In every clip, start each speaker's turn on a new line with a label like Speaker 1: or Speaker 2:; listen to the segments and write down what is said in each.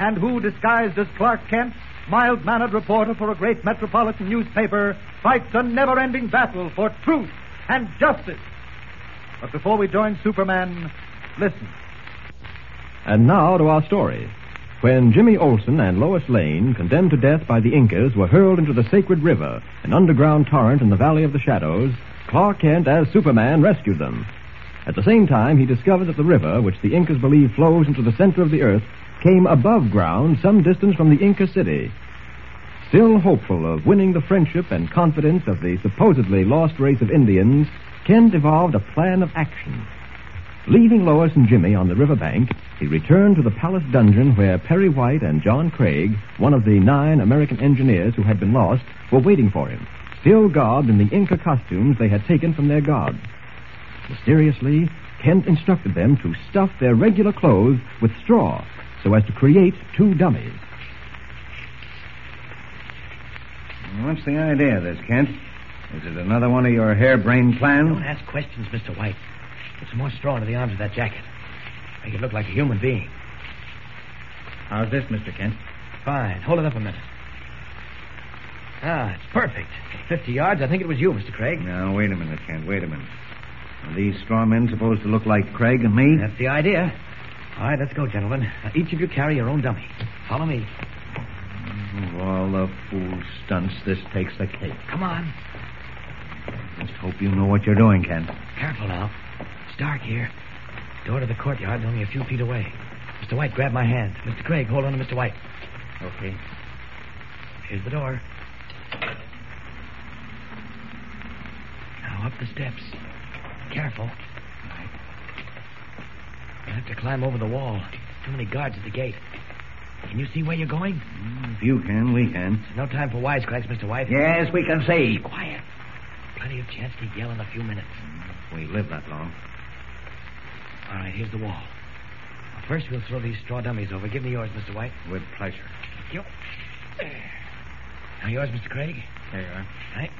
Speaker 1: and who, disguised as Clark Kent, mild mannered reporter for a great metropolitan newspaper, fights a never ending battle for truth and justice. But before we join Superman, listen.
Speaker 2: And now to our story. When Jimmy Olsen and Lois Lane, condemned to death by the Incas, were hurled into the sacred river, an underground torrent in the Valley of the Shadows, Clark Kent, as Superman, rescued them. At the same time, he discovered that the river, which the Incas believe flows into the center of the earth, came above ground some distance from the Inca city. Still hopeful of winning the friendship and confidence of the supposedly lost race of Indians, Kent evolved a plan of action. Leaving Lois and Jimmy on the riverbank, he returned to the palace dungeon where Perry White and John Craig, one of the nine American engineers who had been lost, were waiting for him, still garbed in the Inca costumes they had taken from their gods. Mysteriously, Kent instructed them to stuff their regular clothes with straw so as to create two dummies.
Speaker 3: What's the idea of this, Kent? Is it another one of your harebrained plans?
Speaker 4: Don't ask questions, Mr. White. Get some more straw into the arms of that jacket. Make it look like a human being.
Speaker 3: How's this, Mr. Kent?
Speaker 4: Fine. Hold it up a minute. Ah, it's perfect. Fifty yards. I think it was you, Mr. Craig.
Speaker 3: Now, wait a minute, Kent. Wait a minute. Are these straw men supposed to look like Craig and me?
Speaker 4: That's the idea. All right, let's go, gentlemen. Now, each of you carry your own dummy. Follow me.
Speaker 3: Of Oh, all the fool stunts, this takes the cake.
Speaker 4: Come on.
Speaker 3: Just hope you know what you're doing, Kent.
Speaker 4: Careful now. It's dark here. Door to the courtyard's only a few feet away. Mr. White, grab my hand. Mr. Craig, hold on to Mr. White.
Speaker 3: Okay.
Speaker 4: Here's the door. Now up the steps. Careful. You have to climb over the wall. Too many guards at the gate. Can you see where you're going?
Speaker 3: If you can, we can.
Speaker 4: Hmm. No time for wisecracks, Mr. White.
Speaker 3: Yes, we can see.
Speaker 4: Quiet. Plenty of chance to yell in a few minutes.
Speaker 3: Hmm, We live that long.
Speaker 4: All right, here's the wall. Now, First, we'll throw these straw dummies over. Give me yours, Mr. White.
Speaker 3: With pleasure.
Speaker 4: Thank you. There. Now yours, Mr. Craig.
Speaker 3: There you are.
Speaker 4: All right.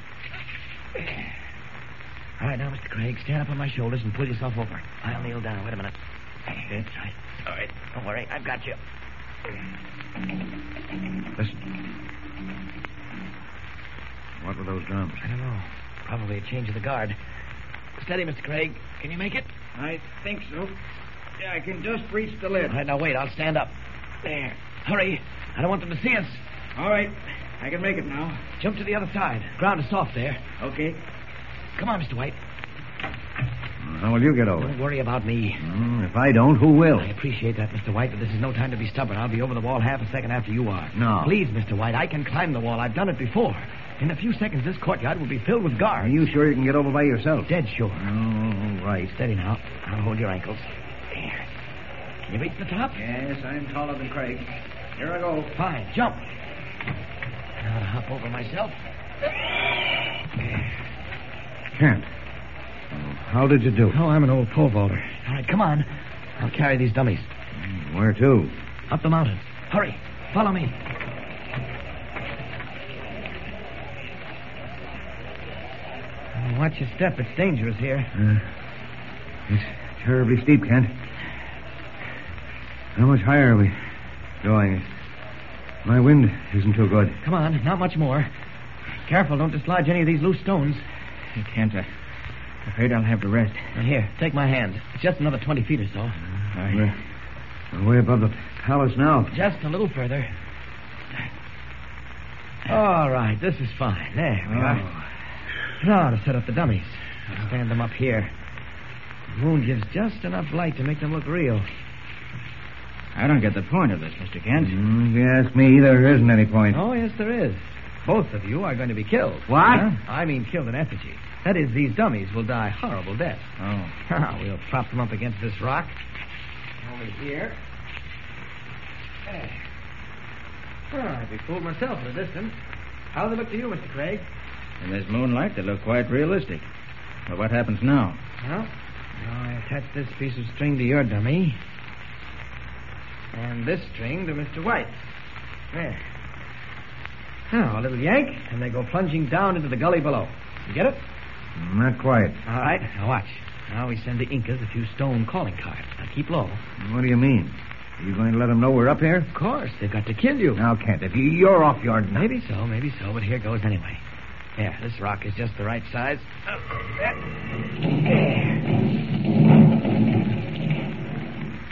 Speaker 4: All right, now, Mr. Craig, stand up on my shoulders and pull yourself over. I'll kneel down. Wait a minute. That's right. All right. Don't worry. I've got you.
Speaker 3: Listen. What were those drums?
Speaker 4: I don't know. Probably a change of the guard. Steady, Mr. Craig. Can you make it?
Speaker 3: I think so. Yeah, I can just reach the lid.
Speaker 4: All right, now wait. I'll stand up. There. Hurry. I don't want them to see us.
Speaker 3: All right. I can make it now.
Speaker 4: Jump to the other side. Ground is soft there.
Speaker 3: Okay.
Speaker 4: Come on, Mr. White.
Speaker 3: How will you get over?
Speaker 4: Don't worry about me.
Speaker 3: Hmm, if I don't, who will?
Speaker 4: I appreciate that, Mr. White, but this is no time to be stubborn. I'll be over the wall half a second after you are.
Speaker 3: No.
Speaker 4: Please, Mr. White, I can climb the wall. I've done it before. In a few seconds, this courtyard will be filled with
Speaker 3: Are
Speaker 4: guards.
Speaker 3: you sure you can get over by yourself?
Speaker 4: Dead sure.
Speaker 3: Oh, all right.
Speaker 4: Steady now. I'll hold your ankles. There. Can you reach the top?
Speaker 3: Yes, I'm taller than Craig. Here I go.
Speaker 4: Fine. Jump. Now to hop over myself.
Speaker 3: Can't. how did you do?
Speaker 4: Oh, I'm an old pole vaulter. All right, come on. I'll carry these dummies.
Speaker 3: Where to?
Speaker 4: Up the mountain. Hurry. Follow me. Watch your step. It's dangerous here.
Speaker 3: It's terribly steep, Kent. How much higher are we going? My wind isn't too good.
Speaker 4: Come on, not much more. Careful, don't dislodge any of these loose stones.
Speaker 5: I can't. I, I'm afraid I'll have to rest.
Speaker 4: And here, take my hand. It's just another 20 feet or so.
Speaker 3: We're, we're way above the palace now.
Speaker 4: Just a little further. All right, this is fine. There
Speaker 3: Oh,
Speaker 4: we are. Now to set up the dummies. I'll stand them up here. The moon gives just enough light to make them look real.
Speaker 5: I don't get the point of this, Mr. Kent.
Speaker 3: Mm, if you ask me, there isn't any point.
Speaker 4: Oh, yes, there is. Both of you are going to be killed.
Speaker 3: What?
Speaker 4: Huh? I mean killed in effigy. That is, these dummies will die horrible deaths.
Speaker 3: Oh.
Speaker 4: Ah, we'll prop them up against this rock. Over here. There. Ah, I'd be fooled myself at a distance. How do they look to you, Mr. Craig?
Speaker 5: In this moonlight, they look quite realistic. But what happens now?
Speaker 4: Well, now I attach this piece of string to your dummy. And this string to Mr. White's. There. Now, a little yank, and they go plunging down into the gully below. You get it?
Speaker 3: Not quite.
Speaker 4: All right, now watch. Now we send the Incas a few stone calling cards. Now keep low.
Speaker 3: What do you mean? Are you going to let them know we're up here?
Speaker 4: Of course, they've got to kill you.
Speaker 3: Now, Kent, if you, you're off your nut.
Speaker 4: Maybe so, maybe so, but here goes anyway. Here, this rock is just the right size. Up that. There.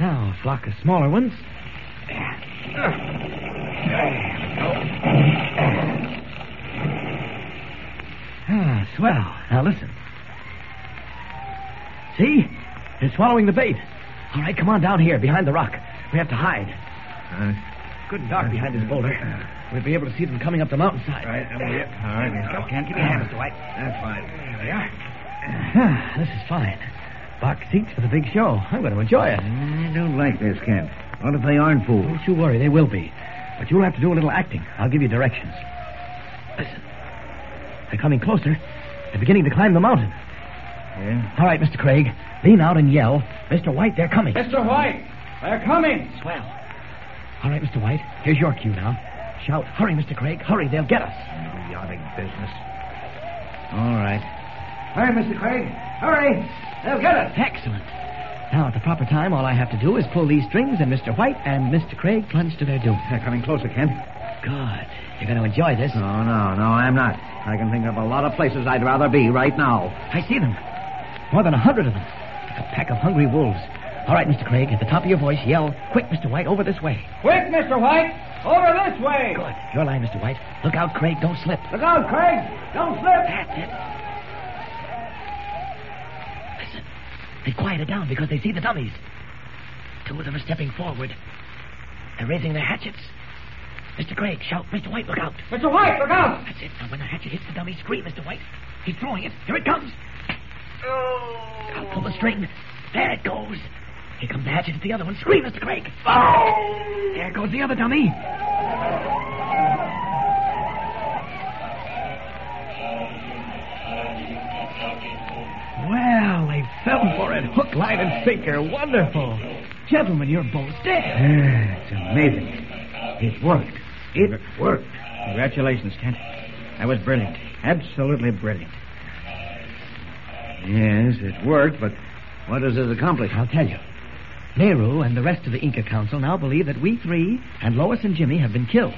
Speaker 4: Now, a flock of smaller ones. There. There we go. Ah, swell. Now listen. See? They're swallowing the bait. All right, come on down here, behind the rock. We have to hide.
Speaker 3: Uh,
Speaker 4: Good and dark behind this boulder. We'll be able to see them coming up the mountainside.
Speaker 3: right, over here. All right,
Speaker 4: There we go.
Speaker 3: now.
Speaker 4: Can't give
Speaker 5: Ah,
Speaker 4: me a hand, Mr. White.
Speaker 3: That's fine.
Speaker 4: There we are. this is fine. Box seats for the big show. I'm going to enjoy it.
Speaker 3: I don't like this, Kent. What if they aren't fools?
Speaker 4: Don't you worry, they will be. But you'll have to do a little acting. I'll give you directions. Listen. They're coming closer. They're beginning to climb the mountain.
Speaker 3: Yeah?
Speaker 4: All right, Mr. Craig. Lean out and yell. Mr. White, they're coming.
Speaker 5: Mr. White, they're coming.
Speaker 4: Swell. All right, Mr. White. Here's your cue now. Shout, hurry, Mr. Craig. Hurry, they'll get us.
Speaker 3: Idiotic business. All right. Hurry, Mr. Craig. Hurry. They'll get us.
Speaker 4: Excellent. Now, at the proper time, all I have to do is pull these strings, and Mr. White and Mr. Craig plunge to their doom.
Speaker 3: They're coming closer, Kent.
Speaker 4: Good. You're going to enjoy this.
Speaker 3: No, no, no, I'm not. I can think of a lot of places I'd rather be right now.
Speaker 4: I see them. More than a hundred of them. Like a pack of hungry wolves. All right, Mr. Craig, at the top of your voice, yell, Quick, Mr. White, over this way.
Speaker 5: Quick, Mr. White, over this way.
Speaker 4: Good. Your line, Mr. White. Look out, Craig. Don't slip.
Speaker 5: Look out, Craig. Don't slip.
Speaker 4: That's it. Listen. They quieted down because they see the dummies. Two of them are stepping forward. They're raising their hatchets. Mr. Craig, shout, Mr. White, look out.
Speaker 5: Mr. White, look out.
Speaker 4: That's it. Now, when the hatchet hits the dummy, scream, Mr. White. He's throwing it. Here it comes. Oh. I'll pull the string. There it goes. Here comes the hatchet at the other one. Scream, Mr. Craig. Oh. There goes the other dummy. Well, they fell for it. Hook, line, and sinker. Wonderful. Gentlemen, you're both dead.
Speaker 3: Ah, It's amazing. It worked. It worked.
Speaker 5: Congratulations, Kent. That was brilliant. Absolutely brilliant.
Speaker 3: Yes, it worked, but what does this accomplish?
Speaker 4: I'll tell you. Nehru and the rest of the Inca Council now believe that we three and Lois and Jimmy have been killed.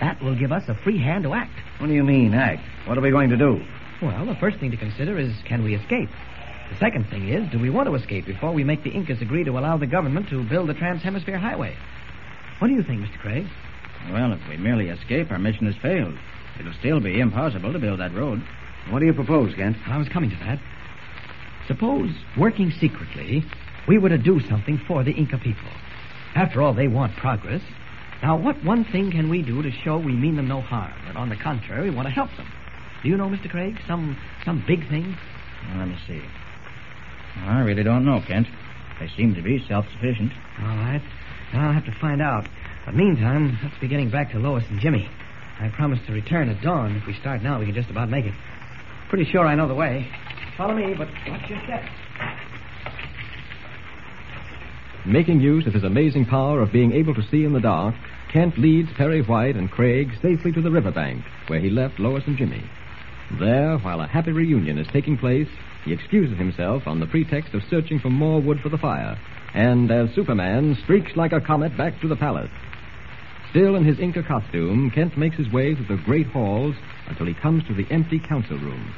Speaker 4: That will give us a free hand to act.
Speaker 3: What do you mean, act? What are we going to do?
Speaker 4: Well, the first thing to consider is can we escape? The second thing is do we want to escape before we make the Incas agree to allow the government to build the Trans Hemisphere Highway? What do you think, Mr. Craig?
Speaker 5: Well, if we merely escape, our mission has failed. It'll still be impossible to build that road.
Speaker 3: What do you propose, Kent?
Speaker 4: I was coming to that. Suppose, working secretly, we were to do something for the Inca people. After all, they want progress. Now, what one thing can we do to show we mean them no harm, and on the contrary, want to help them? Do you know, Mr. Craig, some some big thing?
Speaker 5: Well, let me see. I really don't know, Kent. They seem to be self-sufficient.
Speaker 4: All right. I'll have to find out. But meantime, let's be getting back to Lois and Jimmy. I promised to return at dawn. If we start now, we can just about make it. Pretty sure I know the way. Follow me, but watch your step.
Speaker 2: Making use of his amazing power of being able to see in the dark, Kent leads Perry White and Craig safely to the riverbank, where he left Lois and Jimmy. There, while a happy reunion is taking place, he excuses himself on the pretext of searching for more wood for the fire, and as Superman streaks like a comet back to the palace.
Speaker 4: Still in his Inca costume, Kent makes his way through the great halls until he comes to the empty council room.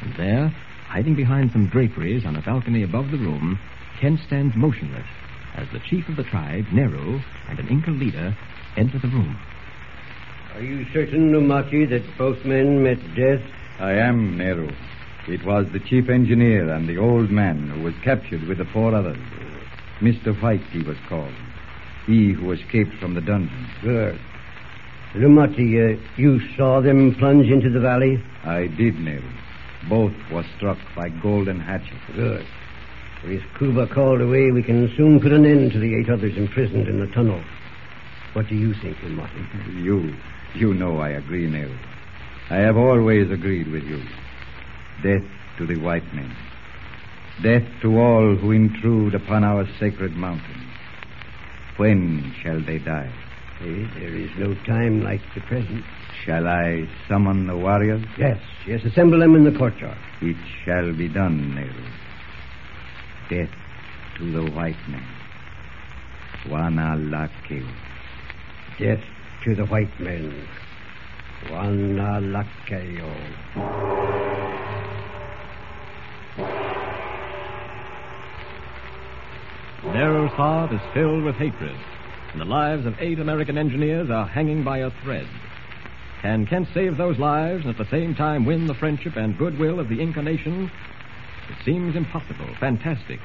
Speaker 4: And there, hiding behind some draperies on a balcony above the room, Kent stands motionless as the chief of the tribe, Nehru, and an Inca leader enter the room.
Speaker 6: Are you certain, Numaki, that both men met death?
Speaker 3: I am Nehru. It was the chief engineer and the old man who was captured with the four others. Mr. White, he was called. He who escaped from the dungeon.
Speaker 6: Good. Numaki, uh, you saw them plunge into the valley?
Speaker 3: I did, Nehru. Both were struck by golden hatchets.
Speaker 6: Good. With Kuba called away, we can soon put an end to the eight others imprisoned in the tunnel. What do you think, Numaki?
Speaker 3: You, you know I agree, Nehru. I have always agreed with you. Death to the white men. Death to all who intrude upon our sacred mountain. When shall they die?
Speaker 6: Eh, There is no time like the present.
Speaker 3: Shall I summon the warriors?
Speaker 6: Yes, yes, assemble them in the courtyard.
Speaker 3: It shall be done, Nehru. Death to the white men. Wana Lakeu.
Speaker 6: Death to the white men. Wanalakayo.
Speaker 4: Narrow's heart is filled with hatred, and the lives of eight American engineers are hanging by a thread. Can Kent save those lives and at the same time win the friendship and goodwill of the Inca nation? It seems impossible, fantastic.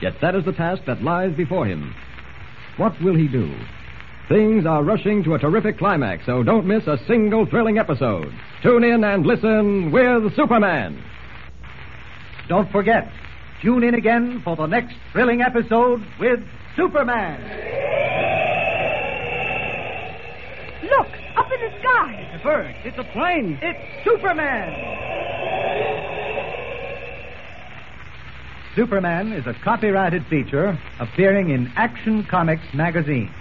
Speaker 4: Yet that is the task that lies before him. What will he do? Things are rushing to a terrific climax, so don't miss a single thrilling episode. Tune in and listen with Superman.
Speaker 7: Don't forget, tune in again for the next thrilling episode with Superman.
Speaker 8: Look, up in the sky.
Speaker 7: It's a bird. It's a plane. It's Superman. Superman is a copyrighted feature appearing in Action Comics magazine.